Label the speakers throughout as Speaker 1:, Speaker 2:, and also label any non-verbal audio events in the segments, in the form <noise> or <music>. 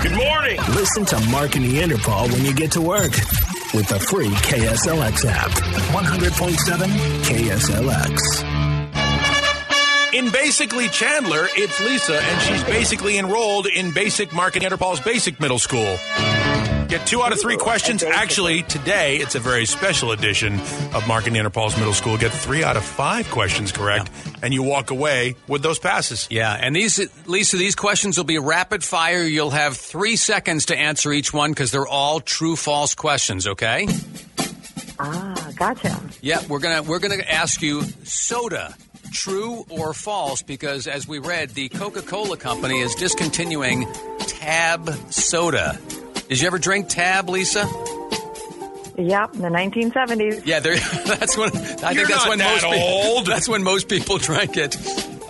Speaker 1: Good morning.
Speaker 2: Listen to Mark and Neanderthal when you get to work with the free KSLX app. 100.7 KSLX.
Speaker 3: In basically Chandler, it's Lisa, and she's basically enrolled in basic Mark and Interpol's basic middle school. Get two out of three questions. Actually, today it's a very special edition of Mark and Interpol's middle school. Get three out of five questions correct, and you walk away with those passes.
Speaker 4: Yeah, and these Lisa, these questions will be rapid fire. You'll have three seconds to answer each one because they're all true false questions. Okay?
Speaker 5: Ah, gotcha.
Speaker 4: Yeah, we're gonna we're gonna ask you soda, true or false? Because as we read, the Coca Cola company is discontinuing Tab soda. Did you ever drink Tab, Lisa?
Speaker 5: Yep, the 1970s.
Speaker 4: Yeah, there, <laughs> that's when I
Speaker 3: You're
Speaker 4: think that's
Speaker 3: not
Speaker 4: when
Speaker 3: that
Speaker 4: most pe-
Speaker 3: old.
Speaker 4: <laughs> that's when most people drank it.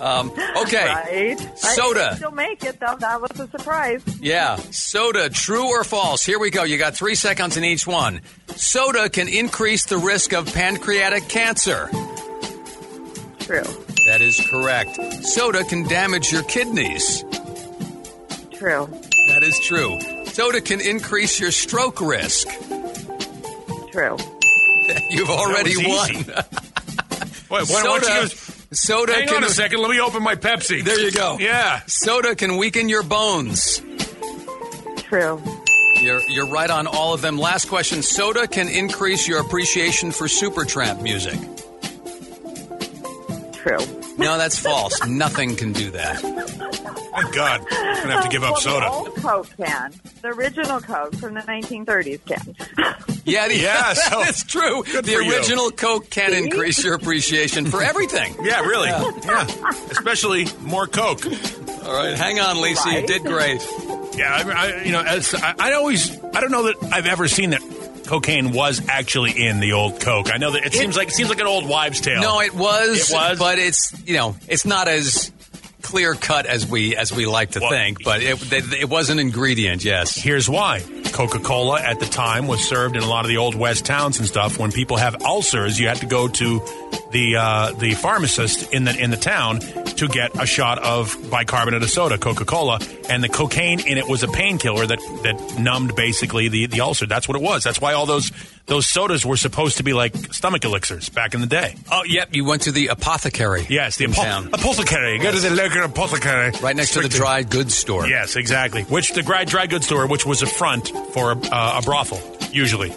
Speaker 4: Um, okay,
Speaker 5: Right. I-
Speaker 4: Soda.
Speaker 5: I still make it though. That was a surprise.
Speaker 4: Yeah. Soda, true or false? Here we go. You got three seconds in each one. Soda can increase the risk of pancreatic cancer.
Speaker 5: True.
Speaker 4: That is correct. Soda can damage your kidneys.
Speaker 5: True.
Speaker 4: That is true. Soda can increase your stroke risk. <laughs>
Speaker 5: True.
Speaker 4: You've already
Speaker 3: That was
Speaker 4: won. <laughs>
Speaker 3: easy. Wait, why, why don't you
Speaker 4: Soda,
Speaker 3: use-
Speaker 4: soda
Speaker 3: hang
Speaker 4: can.
Speaker 3: on a second. Let me open my Pepsi.
Speaker 4: There you go.
Speaker 3: Yeah.
Speaker 4: Soda can weaken your bones.
Speaker 5: True.
Speaker 4: You're, you're right on all of them. Last question. Soda can increase your appreciation for Supertramp music.
Speaker 5: True.
Speaker 4: No,
Speaker 3: <laughs>
Speaker 4: that's false. Nothing can do that.
Speaker 3: Thank Oh, God. I'm going to have to give
Speaker 5: well,
Speaker 3: up
Speaker 5: The
Speaker 3: soda.
Speaker 5: old Coke can. The original Coke from the 1930s can.
Speaker 4: Yeah, the, <laughs>
Speaker 3: Yeah, so-
Speaker 4: that's true.
Speaker 3: Good
Speaker 4: The
Speaker 3: for you.
Speaker 4: original Coke can
Speaker 5: See?
Speaker 4: increase your appreciation
Speaker 3: <laughs>
Speaker 4: for everything.
Speaker 3: Yeah, really. Yeah. Especially more Coke.
Speaker 4: All right, hang on, Lisa. You
Speaker 5: Right.
Speaker 4: did great.
Speaker 3: Yeah, I, I, you know, as, I, I always, I don't know that I've ever seen that cocaine was actually in the old Coke. I know that it, seems like it seems like an old wives' tale.
Speaker 4: No, it was.
Speaker 3: It was?
Speaker 4: but it's you know, it's not as clear cut as we as we like to
Speaker 3: Well-
Speaker 4: think. But it, it it was an ingredient. Yes.
Speaker 3: Here's why. Coca Cola at the time was served in a lot of the old West towns and stuff. When people have ulcers, you had to go to the uh, the pharmacist in the in the town to get a shot of bicarbonate of soda, Coca Cola, and the cocaine in it was a painkiller that that numbed basically the, the ulcer. That's what it was. That's why all those those sodas were supposed to be like stomach elixirs back in the day.
Speaker 4: Oh, yep. You went to the apothecary.
Speaker 3: Yes, the
Speaker 4: in
Speaker 3: apo-
Speaker 4: town,
Speaker 3: apothecary. Go to the local apothecary.
Speaker 4: right next to the
Speaker 3: Strictly-
Speaker 4: dry goods store.
Speaker 3: Yes, exactly. Which the dry, dry goods store, which was a front for a, uh, a brothel, usually.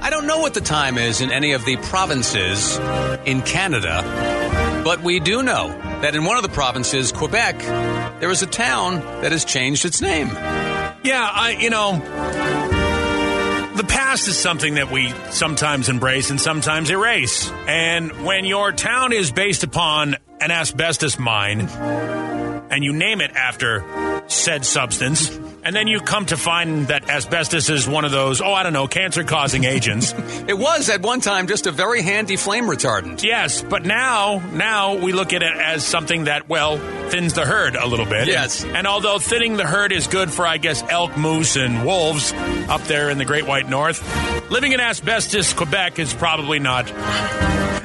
Speaker 4: I don't know what the time is in any of the provinces in Canada, but we do know that in one of the provinces, Quebec, there is a town that has changed its name.
Speaker 3: Yeah, I you know, the past is something that we sometimes embrace and sometimes erase. And when your town is based upon an asbestos mine and you name it after said substance, and then you come to find that asbestos is one of those, oh, I don't know, cancer causing agents.
Speaker 4: It was at one time just a very handy flame retardant.
Speaker 3: Yes, but now now we look at it as something that well thins the herd a little bit.
Speaker 4: Yes.
Speaker 3: And, and although thinning the herd is good for I guess elk, moose, and wolves up there in the Great White North, living in asbestos Quebec is probably not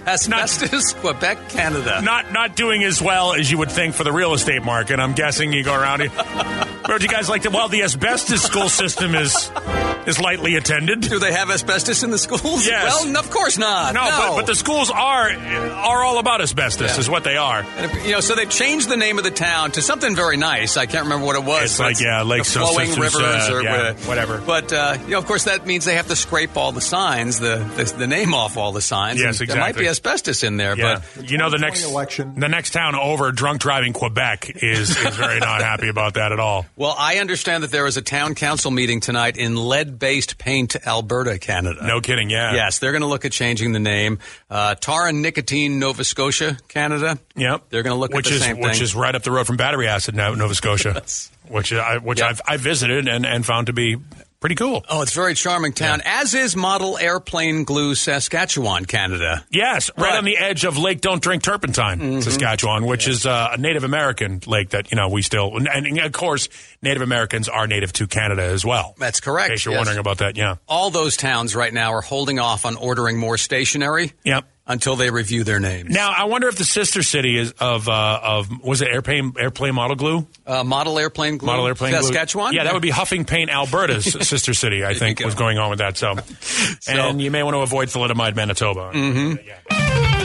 Speaker 4: Asbestos, Quebec, Canada.
Speaker 3: not not doing as well as you would think for the real estate market. I'm guessing you go around
Speaker 4: <laughs>
Speaker 3: here. Where do you guys like to? Well, the asbestos school system is is lightly attended.
Speaker 4: Do they have asbestos in the schools?
Speaker 3: Yes.
Speaker 4: Well, n- of course not.
Speaker 3: No,
Speaker 4: No,
Speaker 3: But, but the schools are are all about asbestos,
Speaker 4: Yeah.
Speaker 3: is what they are.
Speaker 4: And if- You know, so they changed the name of the town to something very nice. I can't remember what it was.
Speaker 3: It's
Speaker 4: but
Speaker 3: like, yeah, Lake
Speaker 4: the flowing
Speaker 3: Sisters,
Speaker 4: rivers
Speaker 3: uh,
Speaker 4: or
Speaker 3: yeah,
Speaker 4: whatever.
Speaker 3: whatever.
Speaker 4: But uh, you know, of course, that means they have to scrape all the signs, the the, the name off all the signs.
Speaker 3: Yes,
Speaker 4: And There might
Speaker 3: exactly.
Speaker 4: be asbestos in there,
Speaker 3: Yeah.
Speaker 4: but
Speaker 3: you know the next
Speaker 6: election.
Speaker 3: the next town over, drunk driving Quebec is is very not happy about that at all.
Speaker 4: well, I understand that there is a town council meeting tonight in lead-based paint, Alberta, Canada.
Speaker 3: No kidding, yeah.
Speaker 4: Yes, they're going to look at changing the name. Uh, tar and nicotine, Nova Scotia, Canada.
Speaker 3: Yep.
Speaker 4: They're going to look
Speaker 3: which
Speaker 4: at the
Speaker 3: is
Speaker 4: same
Speaker 3: which
Speaker 4: thing.
Speaker 3: is right up the road from Battery Acid, now Nova
Speaker 4: <laughs>
Speaker 3: Scotia, which uh, I which
Speaker 4: Yep.
Speaker 3: I've I visited and and found to be pretty cool.
Speaker 4: Oh, it's a very charming town, as is model airplane glue Saskatchewan, Canada.
Speaker 3: Yes, right,
Speaker 4: Right.
Speaker 3: on the edge of Lake Don't Drink Turpentine,
Speaker 4: Mm-hmm.
Speaker 3: Saskatchewan, which is uh, a Native American lake that you know we still and, and of course Native Americans are native to Canada as well.
Speaker 4: That's correct,
Speaker 3: In case you're
Speaker 4: yes.
Speaker 3: wondering about that, yeah.
Speaker 4: All those towns right now are holding off on ordering more stationery.
Speaker 3: Yep.
Speaker 4: until they review their names.
Speaker 3: Now I wonder if the sister city is of uh, of was it airplane airplane model glue
Speaker 4: Uh, model airplane glue.
Speaker 3: model airplane glue?
Speaker 4: Saskatchewan.
Speaker 3: Yeah, that would be Huffing Paint,
Speaker 4: <laughs>
Speaker 3: Alberta's sister city. I think
Speaker 4: go.
Speaker 3: was going on with that.
Speaker 4: <laughs>
Speaker 3: So, and you may want to avoid thalidomide, Manitoba.
Speaker 4: Mm-hmm.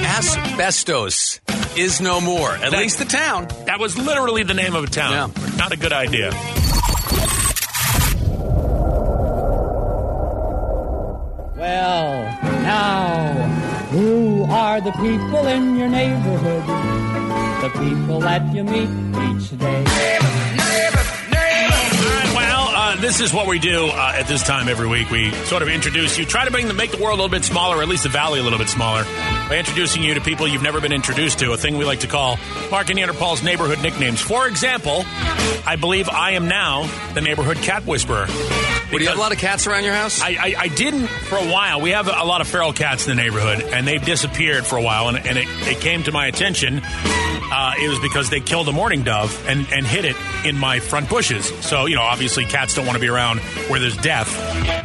Speaker 4: asbestos is no more. At
Speaker 3: That-
Speaker 4: least the town.
Speaker 3: That was literally the name of a town.
Speaker 4: Yeah.
Speaker 3: Not a good idea.
Speaker 1: Well, now, who are the people in your neighborhood? The people that you meet each day.
Speaker 3: All right, well, uh, this is what we do uh, at this time every week. We sort of introduce you, try to bring the make the world a little bit smaller, or at least the valley a little bit smaller, by introducing you to people you've never been introduced to. A thing we like to call Mark and Neanderthal's neighborhood nicknames. For example, I believe I am now the neighborhood cat whisperer.
Speaker 4: Would you
Speaker 3: Because-
Speaker 4: have a lot of cats around your house?
Speaker 3: I, I, I didn't for a while. We have a lot of feral cats in the neighborhood, and they've disappeared for a while. And, and it, it came to my attention. Uh, it was because they killed a mourning dove and, and hid it in my front bushes. So, you know, obviously cats don't want to be around where there's death.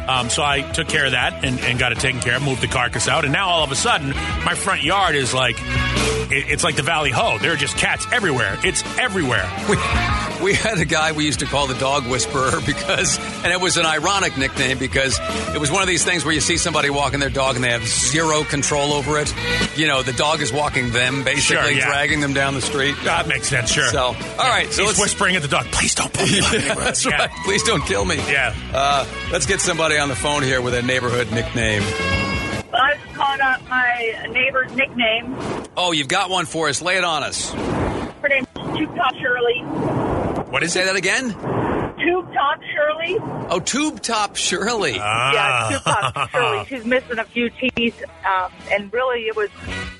Speaker 3: Um, so I took care of that and, and got it taken care of, moved the carcass out. And now all of a sudden, my front yard is like, it, it's like the Valley Ho. There are just cats everywhere. It's everywhere.
Speaker 4: We, we had a guy we used to call the dog whisperer <laughs> because, and it was an ironic nickname because it was one of these things where you see somebody walking their dog and they have zero control over it. You know, the dog is walking them, basically
Speaker 3: Sure, yeah.
Speaker 4: dragging them down the street.
Speaker 3: That makes sense, sure.
Speaker 4: So, all right, so
Speaker 3: He's
Speaker 4: let's-
Speaker 3: whispering at the dog, please don't pull me up."
Speaker 4: <laughs> That's
Speaker 3: Yeah.
Speaker 4: right. Please don't kill me.
Speaker 3: Yeah.
Speaker 4: Uh, let's get somebody on the phone here with a neighborhood nickname.
Speaker 5: I've called out my neighbor's nickname.
Speaker 4: Oh, you've got one for us. Lay it on us.
Speaker 5: Her name's Tube Top Shirley.
Speaker 3: What is
Speaker 4: Say
Speaker 3: it?
Speaker 4: that again.
Speaker 5: Tube Top Shirley.
Speaker 4: Oh, tube top Shirley.
Speaker 3: Uh.
Speaker 5: Yeah, Tube
Speaker 3: Ah. <laughs>
Speaker 5: Top Shirley. She's missing a few teeth, um, and really, it was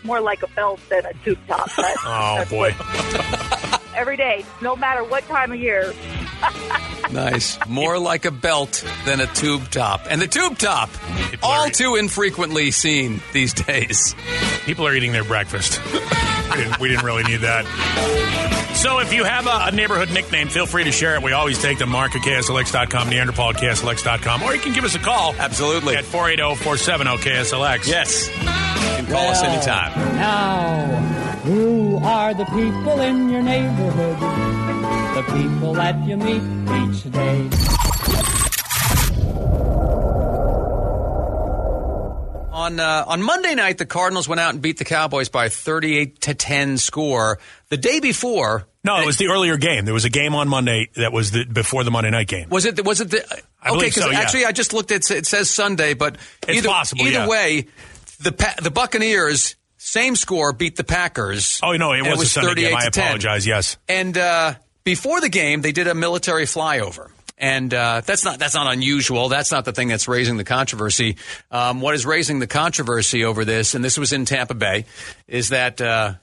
Speaker 5: more like a belt than a tube top. But
Speaker 3: <laughs> Oh
Speaker 5: that's
Speaker 3: boy!
Speaker 5: what- every day, no matter what time of year.
Speaker 4: Nice. More like a belt than a tube top. And the tube top,
Speaker 3: It blurry.
Speaker 4: all too infrequently seen these days.
Speaker 3: People are eating their breakfast. we, didn't, we didn't really need that. So, if you have a, a neighborhood nickname, feel free to share it. We always take them. Mark at KSLX.com, Neanderthal at KSLX.com, or you can give us a call.
Speaker 4: Absolutely.
Speaker 3: At 480 470 KSLX.
Speaker 4: Yes. You can call us
Speaker 1: Well,
Speaker 4: anytime.
Speaker 1: Now, who are the people in your neighborhood? The people that you meet each day.
Speaker 4: On uh, on Monday night, the Cardinals went out and beat the Cowboys by a 38 to 10 score. The day before,
Speaker 3: No, it was the earlier game. There was a game on Monday that was the, before the Monday night game.
Speaker 4: was it was it the
Speaker 3: I
Speaker 4: okay?
Speaker 3: believe
Speaker 4: Because
Speaker 3: so, yeah.
Speaker 4: actually, I just looked. It, it says Sunday, but
Speaker 3: It's
Speaker 4: either,
Speaker 3: possible,
Speaker 4: Either
Speaker 3: yeah.
Speaker 4: way, the pa- the Buccaneers same score beat the Packers.
Speaker 3: Oh, no, it
Speaker 4: And
Speaker 3: was, a Sunday
Speaker 4: 38
Speaker 3: game. I
Speaker 4: to 10.
Speaker 3: apologize. Yes.
Speaker 4: And uh, before the game, they did a military flyover. And uh, that's not that's not unusual. That's not the thing that's raising the controversy. Um, what is raising the controversy over this, and this was in Tampa Bay, is that uh,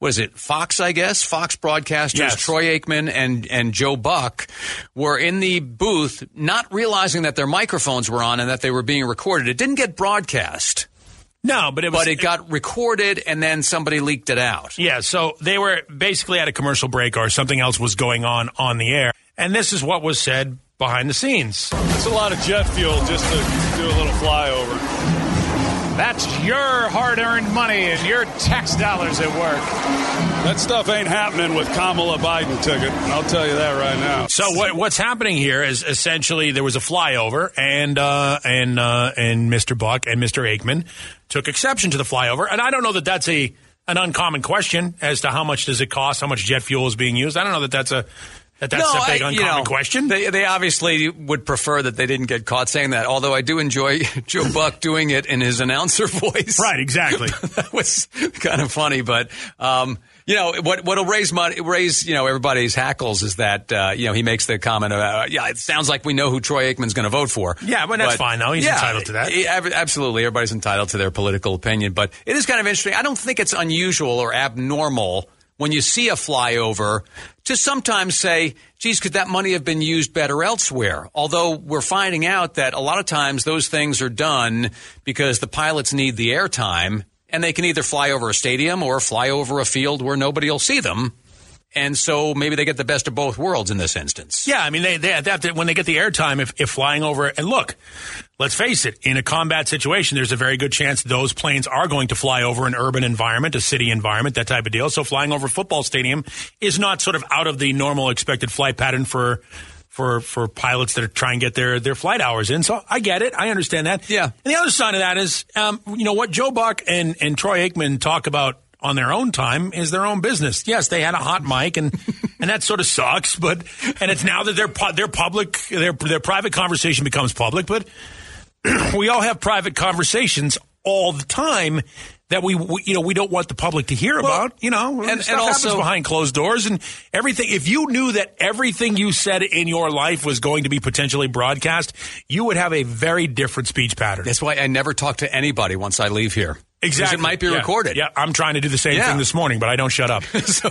Speaker 4: what is it? Fox, I guess. Fox broadcasters
Speaker 3: Yes.
Speaker 4: Troy Aikman and and Joe Buck were in the booth, not realizing that their microphones were on and that they were being recorded. It didn't get broadcast,
Speaker 3: No, but it was.
Speaker 4: but it got recorded, and then somebody leaked it out.
Speaker 3: Yeah, so they were basically at a commercial break or something else was going on on the air. And this is what was said behind the scenes.
Speaker 6: It's a lot of jet fuel just to do a little flyover. That's your hard earned money and your tax dollars at work. That stuff ain't happening with Kamala Biden ticket. I'll tell you that right now.
Speaker 3: So what what's happening here is essentially there was a flyover, and uh, and uh, and Mr. Buck and Mr. Aikman took exception to the flyover, and I don't know that that's a an uncommon question as to how much does it cost, how much jet fuel is being used. I don't know that that's a that that's a big
Speaker 4: I- you
Speaker 3: uncommon
Speaker 4: know,
Speaker 3: question.
Speaker 4: They, they obviously would prefer that they didn't get caught saying that. Although I do enjoy <laughs> Joe Buck doing it in his announcer <laughs> voice.
Speaker 3: right,
Speaker 4: <laughs>
Speaker 3: exactly.
Speaker 4: that was kind of funny, but um, you know what? What'll raise money, raise you know everybody's hackles is that uh, you know he makes the comment about uh, yeah, it sounds like we know who Troy Aikman's going to vote for.
Speaker 3: Yeah, but that's fine, though. He's entitled to that.
Speaker 4: he- ab- absolutely, everybody's entitled to their political opinion, but it is kind of interesting. I don't think it's unusual or abnormal when you see a flyover to sometimes say, geez, could that money have been used better elsewhere? Although we're finding out that a lot of times those things are done because the pilots need the airtime and they can either fly over a stadium or fly over a field where nobody will see them. And so maybe they get the best of both worlds in this instance.
Speaker 3: Yeah, I mean, they, they adapt it when they get the airtime if, if flying over. And look, let's face it, in a combat situation, there's a very good chance those planes are going to fly over an urban environment, a city environment, that type of deal. So flying over a football stadium is not sort of out of the normal expected flight pattern for. For, for pilots that are trying to get their, their flight hours in. So I get it. I understand that.
Speaker 4: Yeah.
Speaker 3: And the other side of that is, um, you know, what Joe Buck and, and Troy Aikman talk about on their own time is their own business. Yes, they had a hot mic, <laughs> and and that sort of sucks. But and it's now that their pu- their public their their private conversation becomes public. But <clears throat> we all have private conversations all the time that we, we you know we don't want the public to hear about. You know,
Speaker 4: and- and
Speaker 3: stuff happens
Speaker 4: also-
Speaker 3: behind closed doors and everything. If you knew that everything you said in your life was going to be potentially broadcast, you would have a very different speech pattern.
Speaker 4: That's why I never talk to anybody once I leave here. 'Cause
Speaker 3: Exactly.
Speaker 4: It might be
Speaker 3: Yeah.
Speaker 4: recorded.
Speaker 3: Yeah, I'm trying to do the same
Speaker 4: Yeah.
Speaker 3: thing this morning, but I don't shut
Speaker 4: <laughs>
Speaker 3: up.
Speaker 4: So,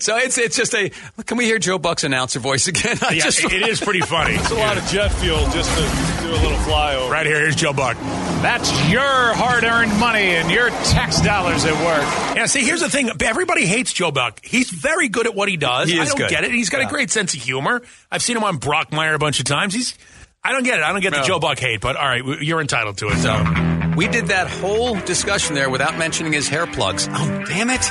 Speaker 4: so it's it's just a. Can we hear Joe Buck's announcer voice again? <laughs> I
Speaker 3: Yeah,
Speaker 4: just-
Speaker 3: it is pretty
Speaker 4: <laughs>
Speaker 3: funny.
Speaker 6: It's a lot of jet fuel just to do a little flyover.
Speaker 3: Right here, here's Joe Buck.
Speaker 6: That's your hard-earned money and your tax dollars at work.
Speaker 3: Yeah, see, here's the thing. Everybody hates Joe Buck. He's very good at what he does.
Speaker 4: He
Speaker 3: I
Speaker 4: is
Speaker 3: don't
Speaker 4: good.
Speaker 3: get it. He's got a
Speaker 4: Yeah.
Speaker 3: great sense of humor. I've seen him on Brockmire a bunch of times. He's, I don't get it. I don't get the
Speaker 4: No.
Speaker 3: Joe Buck hate, but all right, w- you're entitled to it. So,
Speaker 4: we did that whole discussion there without mentioning his hair plugs. Oh damn it!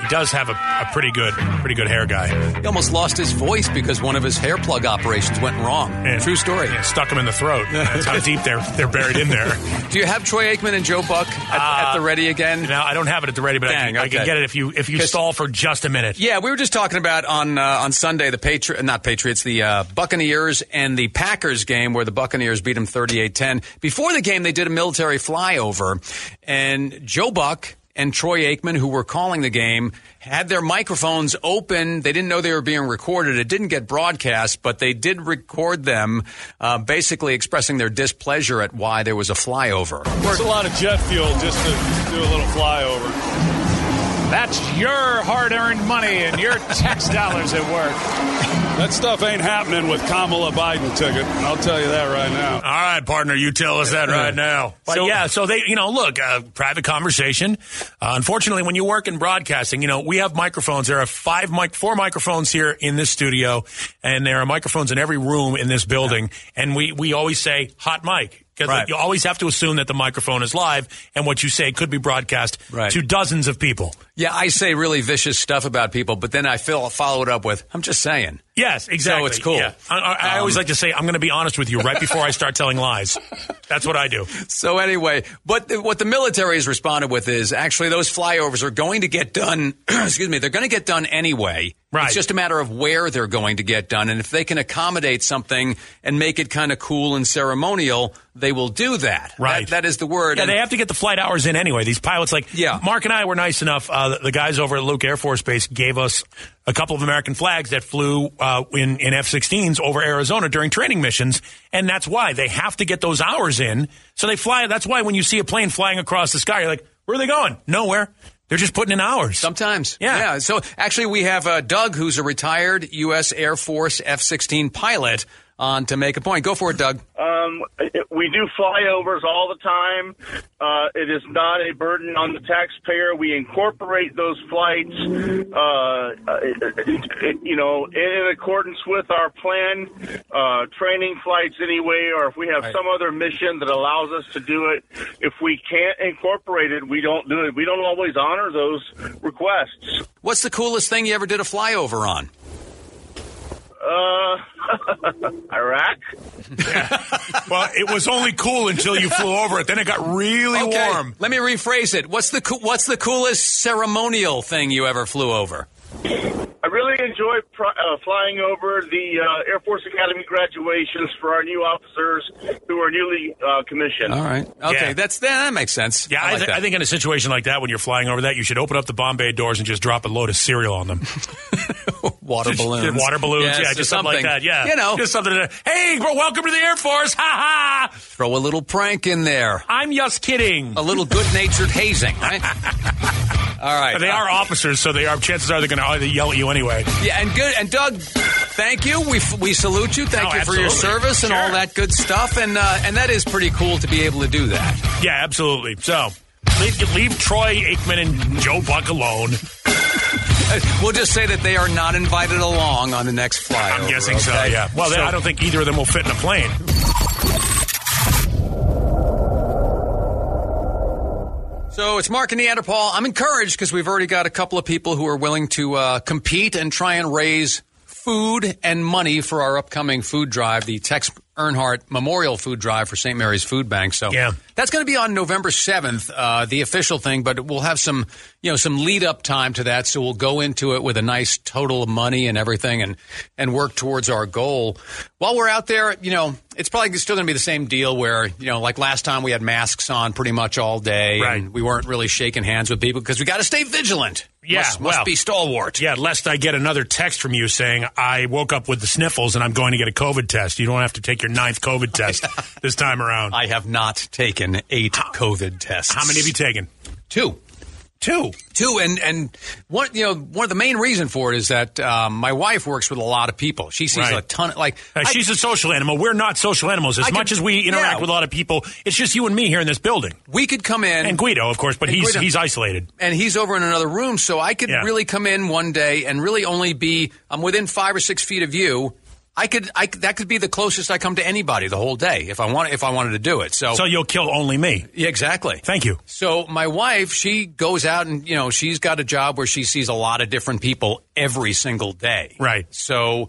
Speaker 3: he does have a, a pretty good, pretty good hair guy.
Speaker 4: He almost lost his voice because one of his hair plug operations went wrong.
Speaker 3: And-
Speaker 4: True story.
Speaker 3: Yeah, stuck him in the
Speaker 4: <laughs>
Speaker 3: throat. That's how deep they're they're buried in there.
Speaker 4: Do you have Troy Aikman and Joe Buck at, at
Speaker 3: Uh,
Speaker 4: the ready again?
Speaker 3: Now I don't have it at the ready, but I, can,
Speaker 4: Dang,
Speaker 3: I can
Speaker 4: okay.
Speaker 3: get it if you if you
Speaker 4: 'Cause-
Speaker 3: stall for just a minute.
Speaker 4: Yeah, we were just talking about on uh, on Sunday the Patriot, not Patriots, the uh, Buccaneers and the Packers game where the Buccaneers beat them 38-10. Before the game, they did a military flyover, and Joe Buck and Troy Aikman, who were calling the game, had their microphones open. They didn't know they were being recorded. It didn't get broadcast, but they did record them, uh, basically expressing their displeasure at why there was a flyover.
Speaker 6: It's a lot of jet fuel just to do a little flyover. That's your hard-earned money and your tax dollars at work. That stuff ain't happening with Kamala Biden ticket. I'll tell you that right now.
Speaker 3: All right, partner, you tell us that right now. But
Speaker 4: So-
Speaker 3: yeah, so they, you know, look, uh, private conversation. Uh, unfortunately, when you work in broadcasting, you know, we have microphones. There are five mic, four microphones here in this studio, and there are microphones in every room in this building. And we, we always say hot mic. Because
Speaker 4: Right.
Speaker 3: you always have to assume that the microphone is live and what you say could be broadcast
Speaker 4: Right.
Speaker 3: to dozens of people.
Speaker 4: Yeah, I say really vicious stuff about people, but then I fill, follow it up with, I'm just saying.
Speaker 3: Yes, exactly.
Speaker 4: it's cool.
Speaker 3: Yeah. I, I, I always
Speaker 4: Um,
Speaker 3: like to say, I'm going to be honest with you right before I start telling lies. That's what I do.
Speaker 4: So anyway, but the, what the military has responded with is actually those flyovers are going to get done. <clears throat> excuse me, they're going to get done anyway.
Speaker 3: Right.
Speaker 4: It's just a matter of where they're going to get done, and if they can accommodate something and make it kind of cool and ceremonial, they will do that.
Speaker 3: Right.
Speaker 4: That, that is the word.
Speaker 3: Yeah,
Speaker 4: And-
Speaker 3: they have to get the flight hours in anyway. These pilots, like
Speaker 4: Yeah.
Speaker 3: Mark and I were nice enough. Uh, the, the guys over at Luke Air Force Base gave us a couple of American flags that flew uh, in in F-16s over Arizona during training missions, and that's why they have to get those hours in. So they fly. That's why when you see a plane flying across the sky, you're like, where are they going? Nowhere. They're just putting in hours.
Speaker 4: Sometimes.
Speaker 3: Yeah.
Speaker 4: So actually, we have uh, Doug, who's a retired U.S. Air Force F 16 pilot, on to make a point. Go for it, Doug.
Speaker 7: Um, it- we do flyovers all the time. Uh, it is not a burden on the taxpayer. We incorporate those flights, uh, uh, you know, in accordance with our plan. Uh, training flights anyway, or if we have some other mission that allows us to do it. If we can't incorporate it, we don't do it. We don't always honor those requests.
Speaker 4: What's the coolest thing you ever did a flyover on?
Speaker 7: Uh, Iraq.
Speaker 3: <laughs> well, it was only cool until you flew over it. Then it got really
Speaker 4: Okay,
Speaker 3: warm.
Speaker 4: Let me rephrase it. What's the coo- what's the coolest ceremonial thing you ever flew over?
Speaker 7: I really enjoy pr- uh, flying over the uh, Air Force Academy graduations for our new officers who are newly uh, commissioned.
Speaker 4: All right. Okay,
Speaker 3: Yeah.
Speaker 4: that's that makes sense.
Speaker 3: Yeah, I,
Speaker 4: like
Speaker 3: thi-
Speaker 4: that.
Speaker 3: I think in a situation like that, when you're flying over that, you should open up the Bombay doors and just drop a load of cereal on them.
Speaker 4: <laughs> water balloons.
Speaker 3: Water balloons,
Speaker 4: Yes,
Speaker 3: yeah,
Speaker 4: or
Speaker 3: just something. like that. Yeah,
Speaker 4: You know,
Speaker 3: just something. To, hey, well, welcome to the Air Force. Ha ha!
Speaker 4: throw a little prank in there.
Speaker 3: I'm just kidding.
Speaker 4: A little good-natured hazing,
Speaker 3: <laughs>
Speaker 4: right? All right. Uh,
Speaker 3: They are officers, so they are. Chances are they're going to either yell at you anyway.
Speaker 4: Yeah, and good and Doug, thank you. We f- we salute you. Thank
Speaker 3: Oh,
Speaker 4: you for your
Speaker 3: absolutely.
Speaker 4: service and
Speaker 3: Sure.
Speaker 4: all that good stuff. And uh, and that is pretty cool to be able to do that. <laughs>
Speaker 3: Yeah, absolutely. So leave, leave Troy Aikman and Joe Buck alone.
Speaker 4: We'll just say that they are not invited along on the next flyover.
Speaker 3: I'm guessing so,
Speaker 4: Oh, okay?
Speaker 3: yeah. Well, they-
Speaker 4: So-
Speaker 3: I don't think either of them will fit in a plane.
Speaker 4: So it's Mark and Neanderthal. I'm encouraged because we've already got a couple of people who are willing to uh, compete and try and raise food and money for our upcoming food drive, the Tex Earnhardt Memorial Food Drive for St. Mary's Food Bank. So
Speaker 3: Yeah.
Speaker 4: that's going to be on November 7th, uh, the official thing, but we'll have some, you know, some lead up time to that. So we'll go into it with a nice total of money and everything and, and work towards our goal. While we're out there, you know, it's probably still going to be the same deal where, you know, like last time we had masks on pretty much all day.
Speaker 3: Right.
Speaker 4: And we weren't really shaking hands with people because we got to stay vigilant.
Speaker 3: Yeah,
Speaker 4: Must, must
Speaker 3: well.
Speaker 4: be stalwart.
Speaker 3: Yeah, lest I get another text from you saying I woke up with the sniffles and I'm going to get a COVID test. You don't have to take your ninth COVID
Speaker 4: <laughs>
Speaker 3: test this time around.
Speaker 4: I have not taken eight COVID tests.
Speaker 3: How many have you taken?
Speaker 4: Two.
Speaker 3: Two.
Speaker 4: Two and and one you know one of the main reason for it is that um, my wife works with a lot of people. She sees
Speaker 3: Right.
Speaker 4: a ton of like
Speaker 3: Uh,
Speaker 4: I-
Speaker 3: she's a social animal. We're not social animals. As
Speaker 4: I could-
Speaker 3: much as we interact
Speaker 4: yeah.
Speaker 3: with a lot of people, it's just you and me here in this building.
Speaker 4: we could come in
Speaker 3: And Guido, of course, but
Speaker 4: And
Speaker 3: he's
Speaker 4: Guido.
Speaker 3: he's isolated.
Speaker 4: and he's over in another room, so I could
Speaker 3: Yeah.
Speaker 4: really come in one day and really only be I'm within five or six feet of you. I could I could- that could be the closest I come to anybody the whole day if I want if I wanted to do it. So,
Speaker 3: So you'll kill only me.
Speaker 4: yeah, exactly.
Speaker 3: Thank you.
Speaker 4: So my wife, she goes out and you know she's got a job where she sees a lot of different people every single day.
Speaker 3: Right.
Speaker 4: So,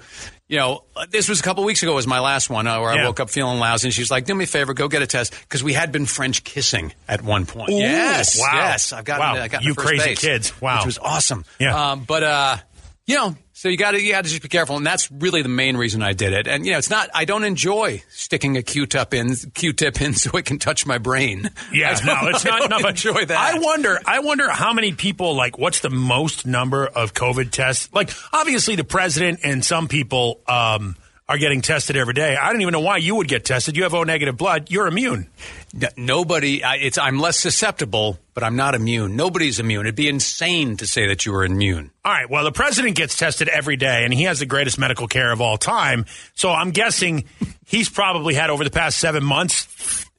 Speaker 4: you know, this was a couple weeks ago was my last one uh, where I
Speaker 3: Yeah.
Speaker 4: woke up feeling lousy, and she's like, "Do me a favor, go get a test," because we had been French kissing at one point.
Speaker 3: Ooh,
Speaker 4: yes.
Speaker 3: wow.
Speaker 4: Yes. I've gotten. uh,
Speaker 3: Wow.
Speaker 4: I got
Speaker 3: You
Speaker 4: first
Speaker 3: crazy
Speaker 4: base,
Speaker 3: kids. Wow.
Speaker 4: Which was awesome.
Speaker 3: Yeah.
Speaker 4: Um, but uh, you know, so you got to you got to just be careful, and that's really the main reason I did it. And you know, it's not I don't enjoy sticking a Q-tip in Q-tip in <laughs> so it can touch my brain.
Speaker 3: Yeah,
Speaker 4: I don't-
Speaker 3: no, it's
Speaker 4: I
Speaker 3: not <laughs>
Speaker 4: don't
Speaker 3: enough.
Speaker 4: Enjoy that.
Speaker 3: I wonder. I wonder how many people like. What's the most number of COVID tests? Like, obviously, the president and some people um, are getting tested every day. I don't even know why you would get tested. You have O negative blood. You're immune.
Speaker 4: N- Nobody. I, it's I'm less susceptible, but I'm not immune. Nobody's immune. It'd be insane to say that you were immune.
Speaker 3: All right. Well, the president gets tested every day, and he has the greatest medical care of all time. So I'm guessing he's probably had over the past seven months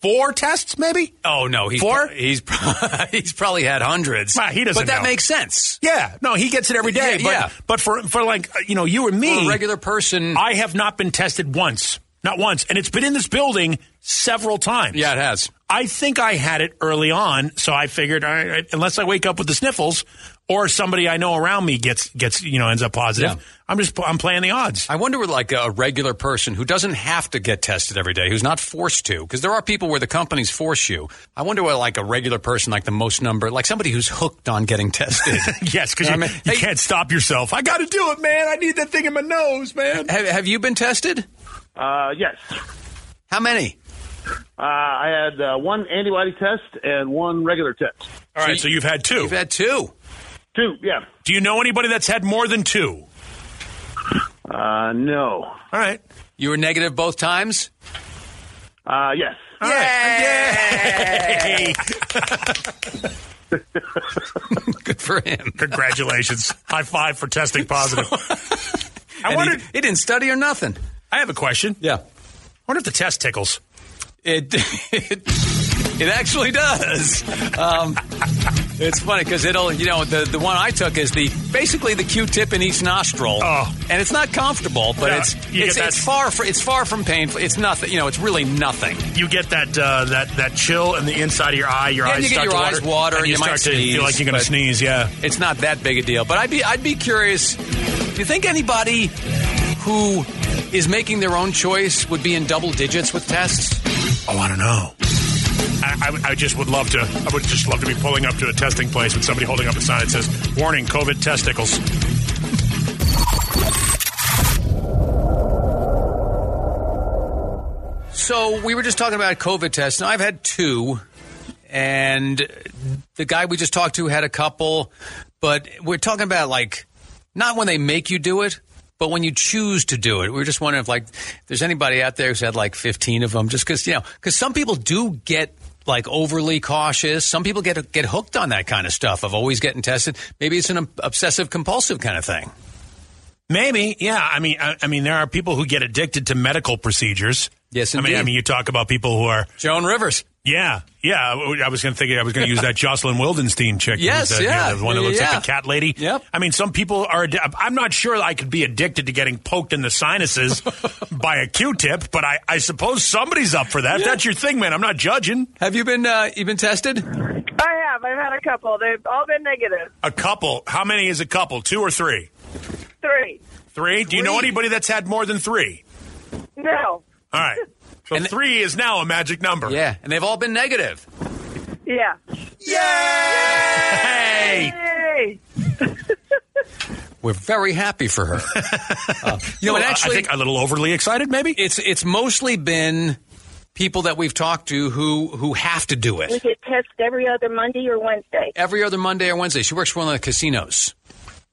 Speaker 3: four tests, maybe.
Speaker 4: Oh no, he's
Speaker 3: Four?
Speaker 4: pro- he's pro- <laughs> he's probably had hundreds.
Speaker 3: Well, he doesn't
Speaker 4: But that
Speaker 3: know.
Speaker 4: makes sense.
Speaker 3: Yeah. No, he gets it every day.
Speaker 4: Yeah,
Speaker 3: but,
Speaker 4: yeah.
Speaker 3: but for for like uh, you know you or me,
Speaker 4: For a regular person.
Speaker 3: I have not been tested once. Not once. And it's been in this building several times.
Speaker 4: yeah, it has.
Speaker 3: I think I had it early on, so I figured all right, unless I wake up with the sniffles or somebody I know around me gets gets you know ends up positive,
Speaker 4: Yeah.
Speaker 3: I'm just I'm playing the odds.
Speaker 4: I wonder, what, like a regular person who doesn't have to get tested every day, who's not forced to, because there are people where the companies force you. I wonder what, like a regular person, like the most number, like somebody who's hooked on getting <laughs> tested.
Speaker 3: yes, because
Speaker 4: I
Speaker 3: you,
Speaker 4: mean,
Speaker 3: you
Speaker 4: hey-
Speaker 3: can't stop yourself. I got to do it, man. I need that thing in my nose, man.
Speaker 4: have, have you been tested?
Speaker 7: Uh, yes.
Speaker 4: How many?
Speaker 7: Uh, I had uh, one antibody test and one regular test.
Speaker 3: All right, so you've had 2
Speaker 4: You've had two.
Speaker 7: Two, yeah.
Speaker 3: Do you know anybody that's had more than two?
Speaker 7: Uh, no.
Speaker 3: All right.
Speaker 4: You were negative both times. <laughs>
Speaker 7: Uh, yes.
Speaker 3: All right. Yay! <laughs>
Speaker 4: Good for him.
Speaker 3: Congratulations. High five for testing
Speaker 4: <laughs>
Speaker 3: positive. I
Speaker 4: And he-
Speaker 3: wondered.
Speaker 4: he, didn't study or nothing.
Speaker 3: I have a question. I
Speaker 4: Yeah.
Speaker 3: wonder if the test tickles.
Speaker 4: It <laughs> it, it actually does. Um, it's funny because it'll you know the the one I took is the basically the Q-tip in each nostril.
Speaker 3: Oh.
Speaker 4: and it's not comfortable, but
Speaker 3: Yeah,
Speaker 4: it's
Speaker 3: you
Speaker 4: it's,
Speaker 3: get that-
Speaker 4: it's far fr- it's far from painful. It's nothing. You know, it's really nothing.
Speaker 3: You get that uh, that that chill in the inside of your eye. Your
Speaker 4: Yeah,
Speaker 3: eyes
Speaker 4: you get
Speaker 3: start
Speaker 4: your
Speaker 3: to
Speaker 4: eyes water,
Speaker 3: and
Speaker 4: and
Speaker 3: you,
Speaker 4: you
Speaker 3: start
Speaker 4: might
Speaker 3: to feel like
Speaker 4: sneeze,
Speaker 3: you're going to
Speaker 4: but-
Speaker 3: sneeze. Yeah.
Speaker 4: It's not that big a deal, but I'd be I'd be curious. Do you think anybody who is making their own choice would be in double digits with tests?
Speaker 3: Oh, I don't know. I, I, I just would love to. I would just love to be pulling up to a testing place with somebody holding up a sign that says "Warning: COVID test tickles."
Speaker 4: So we were just talking about COVID tests. Now I've had two, and the guy we just talked to had a couple, but we're talking about like not when they make you do it, but when you choose to do it. We were just wondering if like there's anybody out there who's had like 15 of them, just because you know, because some people do get like overly cautious. Some people get get hooked on that kind of stuff of always getting tested. Maybe it's an obsessive compulsive kind of thing.
Speaker 3: Maybe, yeah. I mean, I, I mean, there are people who get addicted to medical procedures.
Speaker 4: Yes,
Speaker 3: I mean, I
Speaker 4: indeed.
Speaker 3: mean, you talk about people who are
Speaker 4: Joan Rivers.
Speaker 3: Yeah, yeah. I w- I was going to think I was going to use
Speaker 4: <laughs>
Speaker 3: that Jocelyn Wildenstein chick. who's
Speaker 4: Yes,
Speaker 3: the,
Speaker 4: yeah.
Speaker 3: the one that looks
Speaker 4: Yeah.
Speaker 3: like the cat lady.
Speaker 4: Yep.
Speaker 3: I mean, some people are. addi- I'm not sure I could be addicted to getting poked in the sinuses
Speaker 4: <laughs>
Speaker 3: by a Q-tip, but I, I suppose somebody's up for that. If
Speaker 4: Yeah.
Speaker 3: That's your thing, man. I'm not judging.
Speaker 4: Have you been uh, you been tested?
Speaker 5: I have. I've had a couple. They've all been negative.
Speaker 3: A couple. How many is a couple? Two or three?
Speaker 5: Three.
Speaker 3: Three? Do you know
Speaker 4: Three.
Speaker 3: anybody that's had more than three?
Speaker 5: No.
Speaker 3: All
Speaker 4: <laughs>
Speaker 3: right. So
Speaker 4: And-
Speaker 3: three is now a magic number.
Speaker 4: Yeah, and they've all been negative.
Speaker 5: Yeah.
Speaker 3: Hey.
Speaker 5: Yay!
Speaker 4: We're very happy
Speaker 3: <laughs>
Speaker 4: for her. Uh, you know, and
Speaker 3: I-
Speaker 4: actually,
Speaker 3: I think a little overly excited, maybe.
Speaker 4: it's it's mostly been people that we've talked to who who have to do
Speaker 8: We
Speaker 4: it
Speaker 8: get tested every other Monday or Wednesday.
Speaker 4: every other Monday or Wednesday. She works for one of the casinos.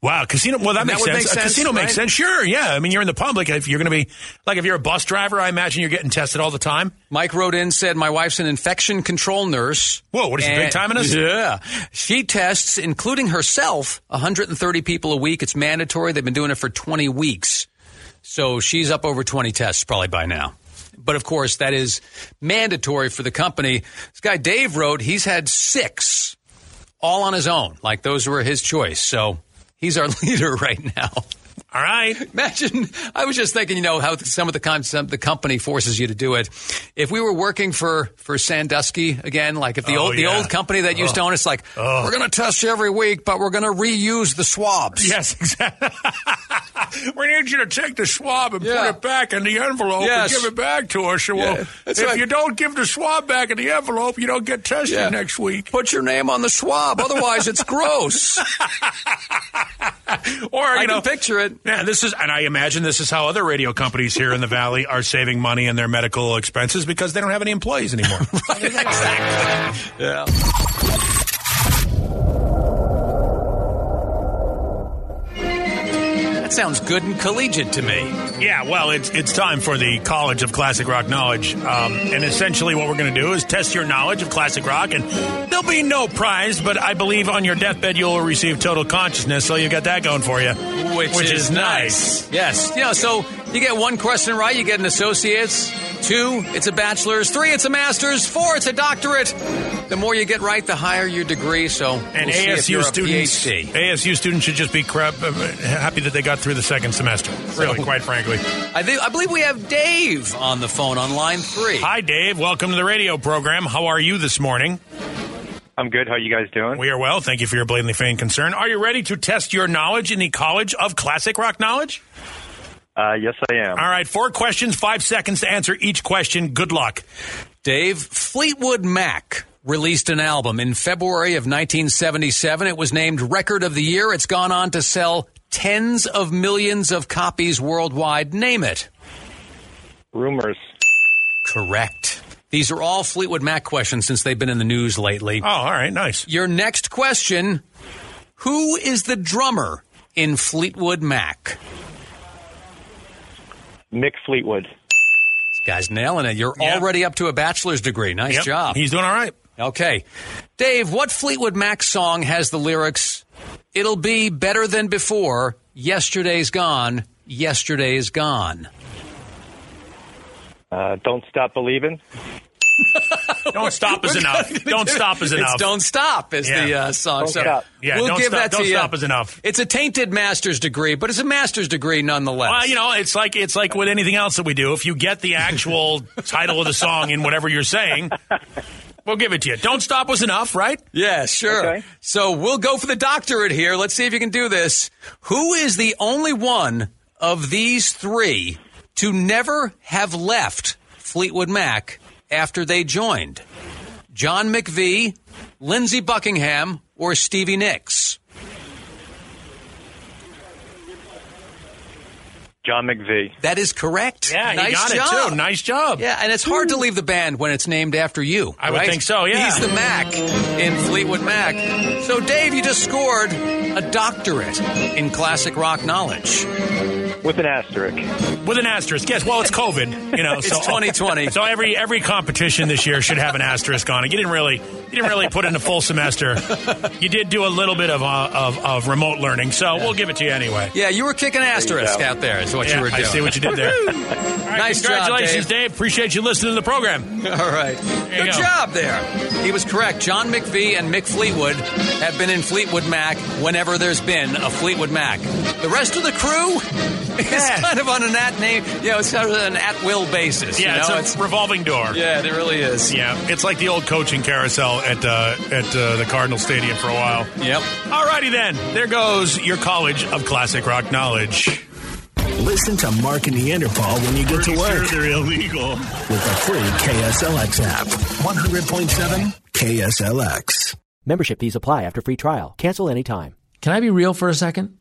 Speaker 3: Wow, casino. Well, that
Speaker 4: And that
Speaker 3: makes
Speaker 4: would
Speaker 3: sense.
Speaker 4: make
Speaker 3: A
Speaker 4: sense,
Speaker 3: casino makes
Speaker 4: right?
Speaker 3: sense. Sure, yeah. I mean, you're in the public. If you're going to be like, if you're a bus driver, I imagine you're getting tested all the time.
Speaker 4: Mike wrote in said, "My wife's an infection control nurse.
Speaker 3: Whoa, what is she,
Speaker 4: And-
Speaker 3: big time in us?
Speaker 4: Yeah, she tests, including herself, 130 people a week. It's mandatory. They've been doing it for 20 weeks, so she's up over 20 tests probably by now. But of course, that is mandatory for the company. This guy Dave wrote he's had six, all on his own. Like those were his choice. So he's our <laughs> leader right now."
Speaker 3: All
Speaker 4: <laughs>
Speaker 3: right.
Speaker 4: Imagine, I was just thinking, you know, how some of the com- some, the company forces you to do it. If we were working for for Sandusky again, like if the
Speaker 3: Oh,
Speaker 4: old
Speaker 3: yeah.
Speaker 4: the old company that used to own, it's like
Speaker 3: Oh.
Speaker 4: we're going to test you every week, but we're going to reuse the swabs.
Speaker 3: Yes, exactly. <laughs> we need you to take the swab and
Speaker 4: Yeah.
Speaker 3: put it back in the envelope
Speaker 4: Yes.
Speaker 3: and give it back to us. So we'll-
Speaker 4: Yeah, that's
Speaker 3: if
Speaker 4: right.
Speaker 3: you don't give the swab back in the envelope, you don't get tested
Speaker 4: Yeah.
Speaker 3: next week.
Speaker 4: Put your name on the swab, otherwise it's gross.
Speaker 3: <laughs> Or you
Speaker 4: I
Speaker 3: know,
Speaker 4: can
Speaker 3: <laughs>
Speaker 4: picture it.
Speaker 3: Yeah, this is, and I imagine this is how other radio companies here in the valley are saving money in their medical expenses because they don't have any employees
Speaker 4: <laughs>
Speaker 3: anymore.
Speaker 4: exactly. Yeah. That sounds good and collegiate to me.
Speaker 3: Yeah, well, it's it's time for the College of Classic Rock Knowledge, um, and essentially what we're going to do is test your knowledge of classic rock, and there'll be no prize, but I believe on your deathbed you'll receive total consciousness, so you got that going for you,
Speaker 4: which, is, nice. Yes. You know, so you get one question right, you get an associate's. Two, it's a bachelor's. Three, it's a master's. Four, it's a doctorate. The more you get right, the higher your degree. So,
Speaker 3: And
Speaker 4: we'll see if
Speaker 3: ASU
Speaker 4: you're a
Speaker 3: students,
Speaker 4: PhD.
Speaker 3: ASU students should just be crap, uh, happy that they got through the second semester. Really,
Speaker 4: So-
Speaker 3: quite frankly.
Speaker 4: I think I believe we have Dave on the phone on line three.
Speaker 3: Hi, Dave. Welcome to the radio program. How are you this morning?
Speaker 9: I'm good. How you guys doing?
Speaker 3: We are well. Thank you for your blatantly feigned concern. Are you ready to test your knowledge in the College of Classic Rock Knowledge?
Speaker 9: Uh, yes, I am.
Speaker 3: All right, four questions, five seconds to answer each question. Good luck.
Speaker 4: Dave Fleetwood Mac released an album in February of 1977. It was named Record of the Year. It's gone on to sell tens of millions of copies worldwide. Name it.
Speaker 9: Rumors.
Speaker 4: Correct. These are all Fleetwood Mac questions since they've been in the news lately.
Speaker 3: Oh, all right, nice.
Speaker 4: Your next question Who is the drummer in Fleetwood Mac?
Speaker 9: Mick Fleetwood.
Speaker 4: This guy's nailing it. You're
Speaker 3: Yep.
Speaker 4: already up to a bachelor's degree. Nice
Speaker 3: Yep,
Speaker 4: job.
Speaker 3: He's doing all
Speaker 4: <laughs>
Speaker 3: right.
Speaker 4: okay. Dave, what Fleetwood Mac song has the lyrics It'll be better than before, yesterday's gone, yesterday's gone?
Speaker 9: Uh, don't stop believing.
Speaker 3: Don't stop is
Speaker 4: <laughs>
Speaker 3: enough. Don't stop is enough.
Speaker 4: It's Don't Stop is
Speaker 3: Yeah.
Speaker 4: the uh, song.
Speaker 9: Don't
Speaker 4: so
Speaker 9: Stop.
Speaker 3: Yeah,
Speaker 4: we'll
Speaker 3: Don't
Speaker 4: give
Speaker 3: Stop-
Speaker 4: that to
Speaker 3: Don't
Speaker 4: you.
Speaker 3: Stop is enough.
Speaker 4: It's a tainted master's degree, but it's a master's degree nonetheless.
Speaker 3: Well, Uh, you know, it's like it's like with anything else that we do. If you get the
Speaker 4: <laughs>
Speaker 3: actual title of the song in whatever you're saying, we'll give it to you. Don't stop was enough, right?
Speaker 4: Yeah, sure.
Speaker 9: Okay.
Speaker 4: So we'll go for the doctorate here. Let's see if you can do this. Who is the only one of these three to never have left Fleetwood Mac after they joined? John McVie, Lindsey Buckingham, or Stevie Nicks?
Speaker 9: John McVie.
Speaker 4: That is correct.
Speaker 3: Yeah,
Speaker 4: nice
Speaker 3: you got
Speaker 4: job.
Speaker 3: it too. Nice job.
Speaker 4: Yeah, and it's hard to leave the band when it's named after you.
Speaker 3: I would
Speaker 4: right?
Speaker 3: think so, yeah.
Speaker 4: He's the Mac in Fleetwood Mac. So, Dave, you just scored a doctorate in classic rock knowledge.
Speaker 9: With an asterisk.
Speaker 3: With an asterisk. Yes, well, it's COVID, you know.
Speaker 4: It's
Speaker 3: so,
Speaker 4: 2020.
Speaker 3: So every every competition this year should have an asterisk on it. You didn't really You didn't really put in a full semester. You did do a little bit of uh, of, of remote learning, so we'll give it to you anyway.
Speaker 4: Yeah, you were kicking asterisk
Speaker 3: go.
Speaker 4: out there. Is what
Speaker 3: Yeah,
Speaker 4: you were
Speaker 3: I
Speaker 4: doing.
Speaker 3: see what you did there.
Speaker 4: Woo-hoo. nice job,
Speaker 3: Congratulations,
Speaker 4: Dave.
Speaker 3: Dave. Appreciate you listening to the
Speaker 4: <laughs>
Speaker 3: program.
Speaker 4: All right.
Speaker 3: you
Speaker 4: Good
Speaker 3: go.
Speaker 4: job there. He was correct. John McVie and Mick Fleetwood have been in Fleetwood Mac whenever there's been a Fleetwood Mac. The rest of the crew <laughs> is kind of on an at name, you know, it's kind of an at will basis.
Speaker 3: Yeah,
Speaker 4: you know?
Speaker 3: it's a revolving door.
Speaker 4: yeah, it really is.
Speaker 3: Yeah, it's like the old coaching carousel at uh, at uh, the Cardinal Stadium for a while.
Speaker 4: Yep.
Speaker 3: Alrighty then, there goes your college of classic rock knowledge.
Speaker 2: Listen to Mark and Neanderthal when you get to work
Speaker 10: they're illegal.
Speaker 2: with the free KSLX app. 100.7 KSLX.
Speaker 11: Membership fees apply after free trial. Cancel anytime.
Speaker 12: Can I be real for a second?